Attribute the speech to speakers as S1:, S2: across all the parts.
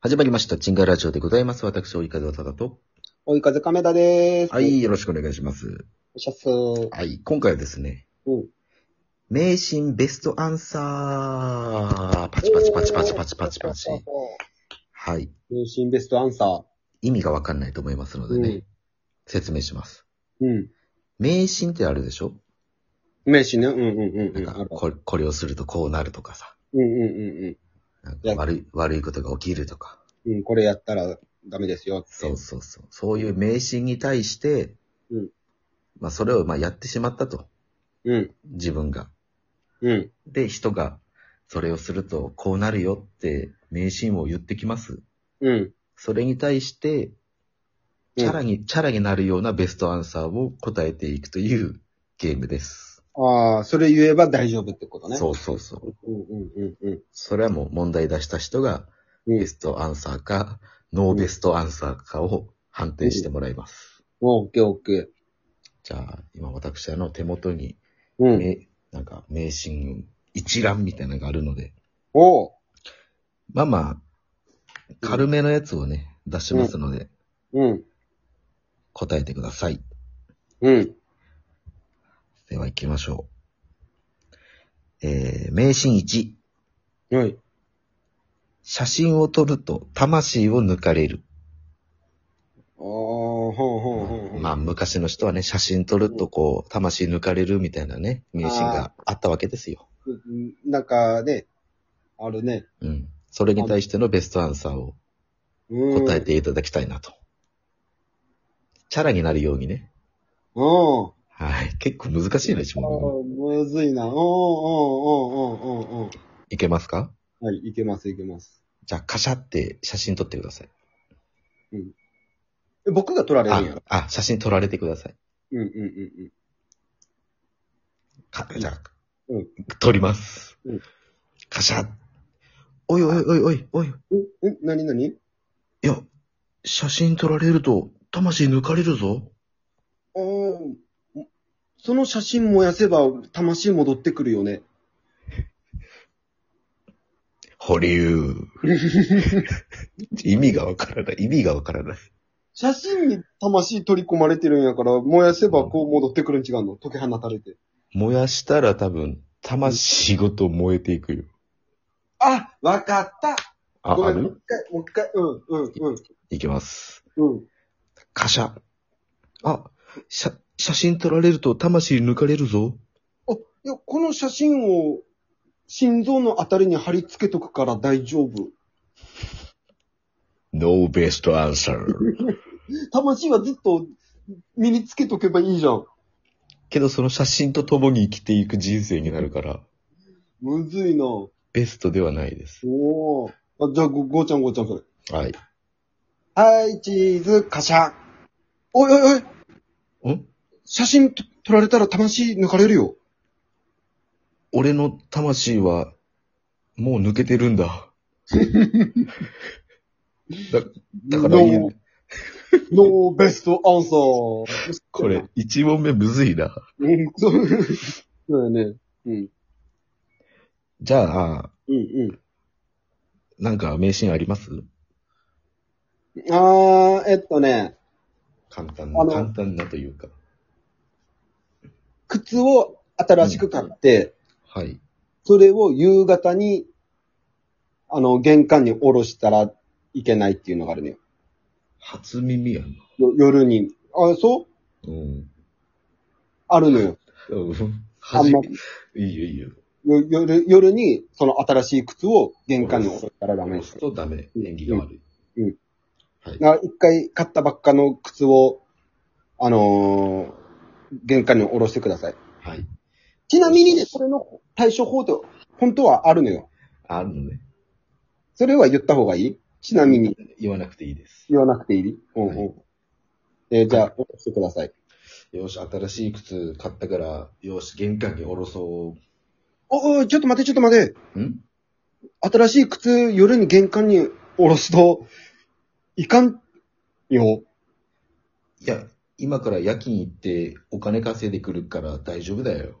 S1: 始まりました。チンガイラジオでございます。私、及川忠と。
S2: 追い風亀田でーす。
S1: は。い、よろしくお願いします。
S2: おしゃっすー。
S1: はい、今回はですね、
S2: うん。
S1: 名神ベストアンサーパチパチパチパチパチパチパチ。はい、
S2: 入信ベストアンサー。
S1: 意味がわかんないと思いますのでね、説明します。
S2: うん。
S1: 名神ってあるでしょ
S2: 名刺ね。うんうんうん
S1: な
S2: うん
S1: か
S2: ん。
S1: これ、これをするとこうなるとかさ、
S2: うんうんう
S1: なんか
S2: いや
S1: 悪い、悪いことが起きるとか、
S2: んうん。うん、これやったらダメですよって。
S1: そうそうそう。そういう迷信に対して、
S2: うん
S1: まあそれをまあやってしまったと。
S2: うん。
S1: 自分が。
S2: うん。
S1: で、人が、それをするとこうなるよって迷信を言ってきます。
S2: うん。
S1: それに対して、チャラに、チャラになるようなベストアンサーを答えていくというゲームです。
S2: ああ、それ言えば大丈夫ってことね。
S1: そうそうそう。
S2: う。うんうんうんうん。
S1: それはもう問題出した人が、
S2: うん
S1: ベストアンサーか、ノーベストアンサーかを判定してもらいます。
S2: オッケーオッケー。
S1: じゃあ、今私あの手元に
S2: うん。
S1: めなんか、名神一覧みたいなのがあるので、
S2: おう。
S1: まあまあ、軽めのやつをね、出しますので、
S2: うん。
S1: 答えてください。
S2: うん。
S1: では行きましょう。えー、名神1、
S2: はい。
S1: 写真を撮ると魂を抜かれる。
S2: ああ、ほうほうほうほう。
S1: まあ、昔の人はね、写真撮るとこう、魂抜かれるみたいなね、名神があったわけですよ。
S2: うんなんかね、あるね。
S1: うん。それに対してのベストアンサーを
S2: うん。
S1: 答え。ていただきたいなと。チャラになるようにね。
S2: うん。
S1: はい。結構難しいね、一
S2: あ
S1: 問。
S2: ーむずいな。おーおーおーおーおーおー
S1: いけますか
S2: はい、いけます、いけます。
S1: じゃあ、カシャって写真撮ってください。
S2: え僕が取られるんや
S1: あ、あ、写真撮られてください。
S2: うんうんうん
S1: かじゃあ、
S2: うん
S1: 撮ります。
S2: うん
S1: カシャおいおいおいおいおい。
S2: うん。んんなになに
S1: いや、写真撮られると、魂抜かれるぞ。
S2: あーんその写真燃やせば魂戻ってくるよね。
S1: 保 留。意味がわからない。意味がわからない。
S2: 写真に魂取り込まれてるんやから、燃やせばこう戻ってくるん違うの解き放たれて。
S1: 燃やしたら多分、魂ごと燃えていくよ。
S2: あわかった
S1: あ、
S2: ご
S1: あ
S2: めん、もう
S1: る
S2: 一回、もう一回、うん、うん、
S1: いきます。
S2: うん、うん。
S1: カシャ。あ、写、写真撮られると魂抜かれる ぞ。
S2: あ、いや、この写真を心臓のあたりに貼り付けとくから大丈夫。
S1: No best answer.
S2: 魂はずっと身につけとけばいいじゃん。
S1: けどその写真と共に生きていく人生になるから、
S2: むずいなお
S1: ベストではないです。
S2: おー。あ、じゃあ、ご、ごーちゃんごーちゃんそれ。
S1: はい。
S2: はい、チーズ、カシャ。おいおいおい、
S1: ん
S2: 写真と撮られたら魂抜かれるよ。
S1: 俺の魂は、もう抜けてるんだ。だ、だから言う、
S2: ノー、ノーベストアンサー。
S1: これ、一問目むずいな。
S2: うん、そう。そうだよね。うん。
S1: じゃあ、
S2: うん、うん。
S1: なんか名シーンあります
S2: あー、えっとね、
S1: 簡単な、
S2: あの
S1: 簡単なというか。
S2: 靴を新しく買って、
S1: はい。
S2: それを夕方に、あの、玄関に下ろしたらいけないっていうのがあるね。
S1: 初耳やな。
S2: よ夜に。あ、そう
S1: うん。
S2: あるのよ。
S1: うん。
S2: あんま、
S1: いいよいいよ。
S2: よ夜、夜に、その新しい靴を玄関に置いたらダメ
S1: 押
S2: です
S1: す。とダメ。縁起が悪い。
S2: うんうん
S1: はい。
S2: な一回買ったばっかの靴を、あのー玄関に下ろしてください。
S1: はい。
S2: ちなみにね、それの対処法って、本当はあるのよ。
S1: あるのね。
S2: それは言った方がいいちなみに、
S1: 言わなくていいです。
S2: 言わなくていいうんうん。
S1: は
S2: えーじゃあ、下ろしてください。
S1: よし、新しい靴買ったから、よし、玄関に下ろそ
S2: お、おい、ちょっと待って、ちょっと待って。
S1: う。ん
S2: 新しい靴、夜に玄関に下ろすと、いかんよ。
S1: いや、今から夜勤行ってお金稼いでくるから大丈夫だよ。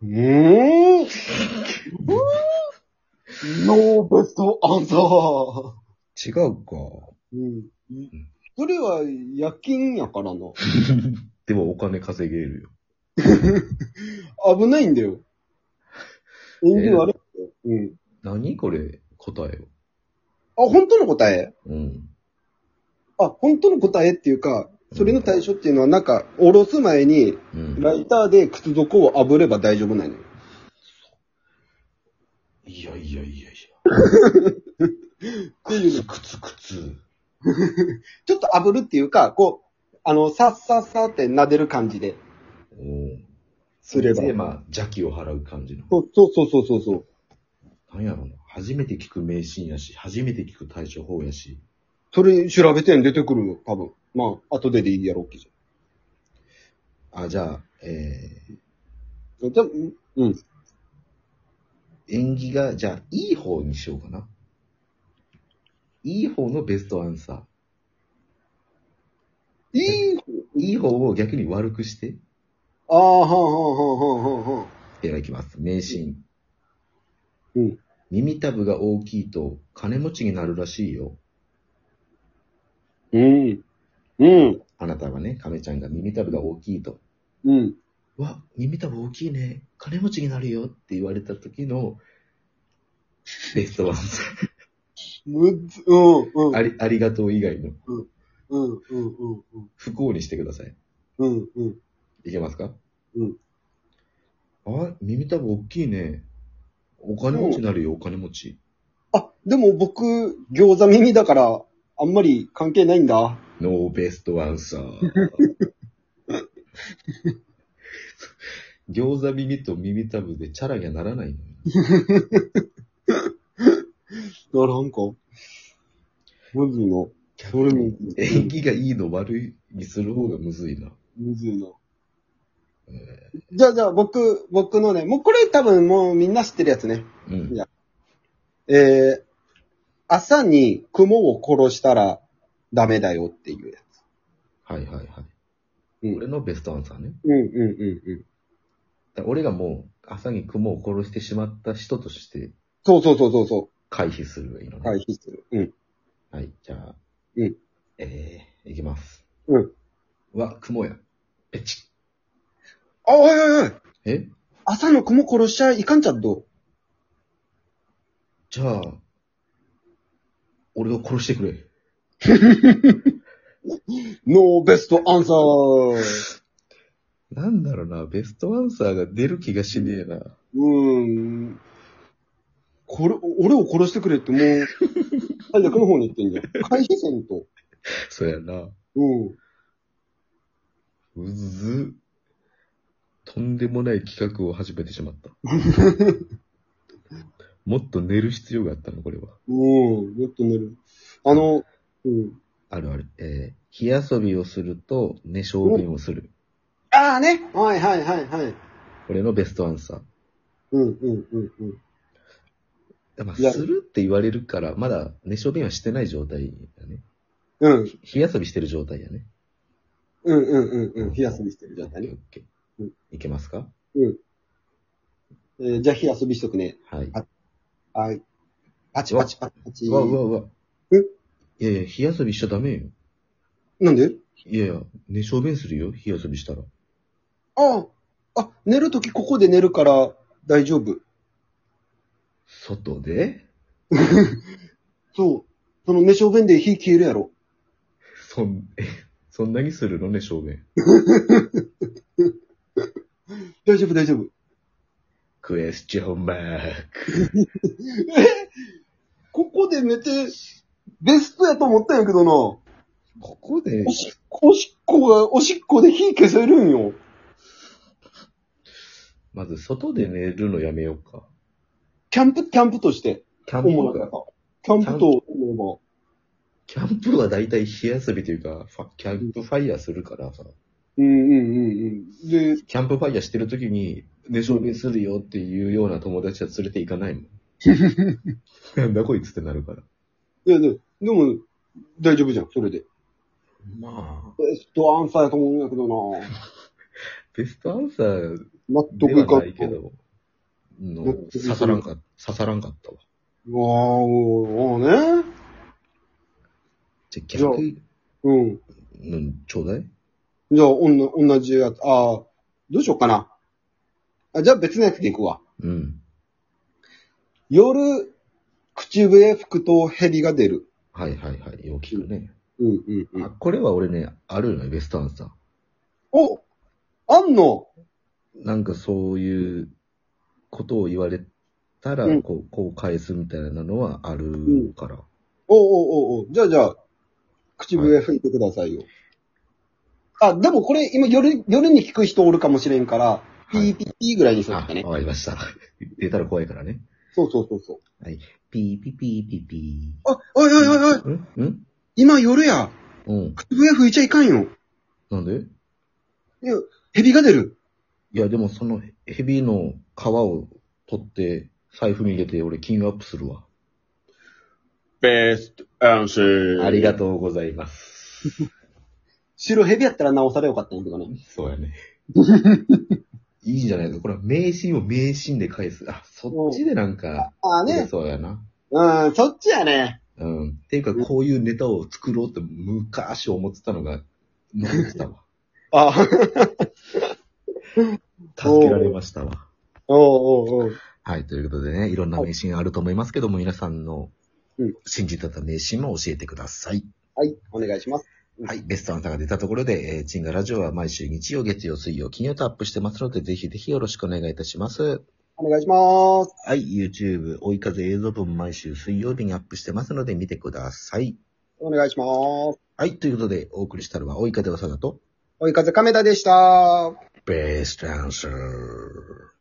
S2: うーん。ノーベストアンサー。
S1: 違うか。
S2: うん。それは夜勤やからな。
S1: でもお金稼げるよ。
S2: 危ないんだよ。演技悪いんだよ。うん。
S1: 何これ答え
S2: あ、本当の答え
S1: を。うん。
S2: あ、本当の答えっていうか、それの対処っていうのはなんか、おろす前に、
S1: うん。
S2: ライターで靴底を炙れば大丈夫なのよ。
S1: いやいやいやい
S2: っていう
S1: や。
S2: の
S1: くつくつ。
S2: ちょっと炙るっていうか、こう、あの、さっさっさって撫でる感じで
S1: うん。
S2: すれば。
S1: で、まあ、邪気を払う感じの。
S2: そうそうそうそうそうそう。
S1: なんやろな。初めて聞く迷信やし、初めて聞く対処法やし。
S2: それ調べてん出てくるよ、多分。まあ、後ででいいやろうけど。
S1: あ、じゃあ、え
S2: でもうん
S1: ー、縁起が、じゃあ、いい方にしようかな。いい方のベストアンサー。
S2: いい
S1: いい方を逆に悪くして、
S2: ああ、はあ、はあ、はあ、はあ、はあ。
S1: ではいきます。迷信。
S2: うん。
S1: 耳たぶが大きいと金持ちになるらしいよ。
S2: うん。うん。
S1: あなたはね、亀ちゃんが耳たぶが大きいと。
S2: うん。
S1: わ、耳たぶ大きいね。金持ちになるよって言われた時の、ベストアンサ
S2: むず、うん、う
S1: ー。
S2: ん。
S1: あり、ありがとう以外の
S2: うん、うん、うん、うん。
S1: 不幸にしてください。
S2: うん、うん。
S1: いけますか
S2: うん。
S1: あ、耳たぶ大きいね。お金持ちになるよ、お金持ち。
S2: あ、でも僕、餃子耳だから、あんまり関係ないんだ。
S1: ノーベストアン サー。餃子耳と耳たぶでチャラにはならないのよ
S2: ならんか。むずいな。それも、
S1: 縁起がいいの悪いにする方がむずいな。
S2: むずいな。
S1: え
S2: じゃあじゃあ僕、僕のね、もうこれ多分もうみんな知ってるやつね。
S1: ーうん。
S2: えー、朝に雲を殺したらダメだよっていうやつ。
S1: はいはいはい。
S2: うん
S1: 俺のベストアンサーね。
S2: うんうんうんうん。
S1: だ俺がもう朝に雲を殺してしまった人として
S2: そうそうそうそうそ
S1: 回避するがいいの
S2: う。
S1: ね。
S2: 回避する。うん。
S1: はい、じゃあ。
S2: うん
S1: えー、いきます。
S2: うん。
S1: わ、雲や。えち。
S2: あ、おいおいおい
S1: え
S2: 朝の雲殺しちゃいかんちゃっと。
S1: じゃあ、俺を殺してくれ。
S2: ノーベストアンサー。
S1: なんだろうな、ベストアンサーが出る気がしねえな。
S2: うーん。これ、俺を殺してくれって もう、大学の方に行ってんじゃん。回避せんと。
S1: そうやな。
S2: うん。
S1: うず。とんでもない企画を始めてしま った。もっと寝る必要があったの、これは。
S2: うん。よっと寝る。あの、うん。
S1: あるある。えー、火遊びをすると寝小便をする。
S2: ああね。はいはいはいはい。
S1: 俺のベストアンサー。
S2: うんうんうんうん。
S1: だまあ
S2: いや
S1: するって言われるから、まだ寝小便はしてない状態だね。
S2: うん
S1: 火遊びしてる状態やね。
S2: うんうんうんうん。火遊びしてる状態
S1: オ
S2: ね
S1: ッ。ケーオ
S2: う
S1: ッケーいけますか
S2: えーじゃあ火遊びしとくね。
S1: はい。
S2: はい。パチパチパチパチ。
S1: うわうわうわ。
S2: え
S1: いやいや、火遊びしちゃダメよ。
S2: なんで
S1: いやいや、寝小便するよ、火遊びしたら。
S2: ああ。あ、寝るときここで寝るから大丈夫。
S1: 外で
S2: そう。その寝小便で火消えるやろ。
S1: そん、え、そんなにするのね、小便。
S2: 大丈夫大丈夫。
S1: クエスチョンマーク。
S2: ここで寝て、ベストやと思ったんやけどな。お
S1: ここで、
S2: しっこ、おしっこが、おしっこで火消せるんよ。
S1: まず外で寝るのやめようか。
S2: キャンプ、キャンプとして。
S1: キャン
S2: 主
S1: プ
S2: な
S1: が、
S2: 方キャンプと思えば。
S1: キャンプは大体火遊びというか、ファキャンプファイヤーするからさ、
S2: うんうんうんうん。で、
S1: キャンプファイヤーしてる時に寝小便するよっていうような友達は連れて行かないもん。なんだこいつってなるから。
S2: いやでも、でも、大丈夫じゃん、それで。
S1: まあ、
S2: ベストアンサーやと思うんやけどな
S1: ベストアンサー
S2: 納
S1: で
S2: 得いか
S1: は
S2: ん
S1: ないけど、の
S2: 納得いかん
S1: 刺さらんか、刺さらんかったわ。
S2: あーおーね。
S1: じゃあ逆、
S2: うん。
S1: うん、ちょうだい
S2: じゃあ、おんな同じやつ。ああ、どうしようかな。あじゃあ別のやつでいくわ。
S1: うん。
S2: 夜、口笛吹くとヘリが出る。
S1: はいはいはい。よう聞くね。
S2: うんうんう
S1: あ
S2: ん。
S1: これは俺ね、あるのよ、ベストアンサー。
S2: おあんの
S1: なんかそういうことを言われたら、
S2: うん
S1: こう、こう返すみたいなのはあるから。
S2: おうおうおうおうじゃあじゃあ、口笛吹いてくださいよ。あ、でもこれ今夜、夜に聞く人おるかもしれんから、ピ
S1: はい
S2: ーピーピーぐらいにしと
S1: あ
S2: った、ね。
S1: わかりました。 出たら怖いからね。
S2: そうそうそうそう。
S1: ピーピーピーピーピ
S2: あ、おいおいおいおい、
S1: ー。んん
S2: 今夜や。
S1: うん。
S2: 口笛吹いちゃいかんよ。
S1: なんで
S2: 蛇が出る。
S1: いや、でもそのヘビの皮を取って、財布に入れて、俺金アップするわ。
S2: ベストアンシー
S1: ありがとうございます。
S2: 白蛇やったら直されよかったんやけどね。
S1: そうやね。 いいじゃないですか。これは名シーンを名シーンで返す。あ、そっちでなんか、
S2: ああ
S1: 出
S2: ね。
S1: そうやな。
S2: うん、そっちやね。
S1: うん。っていうか、こういうネタを作ろうって昔思ってたのが、残って たわ。
S2: あ
S1: 助けられましたわ。
S2: おうおうおう。
S1: はい、ということでね、いろんな名シーンあると思いますけども、皆さんの
S2: うん
S1: 信じてた名シーンも教えてください。
S2: はい、お願いします。うん
S1: はい、ベストアンサーが出たところで、えー、チンガラジオは毎週日曜、月曜、水曜、金曜とアップしてますので、ぜひぜひよろしくお願いいたします。
S2: お願いします。
S1: はい、YouTube、追い風映像分毎週水曜日にアップしてますので、見てください。
S2: お願いします。
S1: はい、ということで、お送りしたのは、追い風わさだと、
S2: 追い風亀田でした。
S1: ベストアンサー。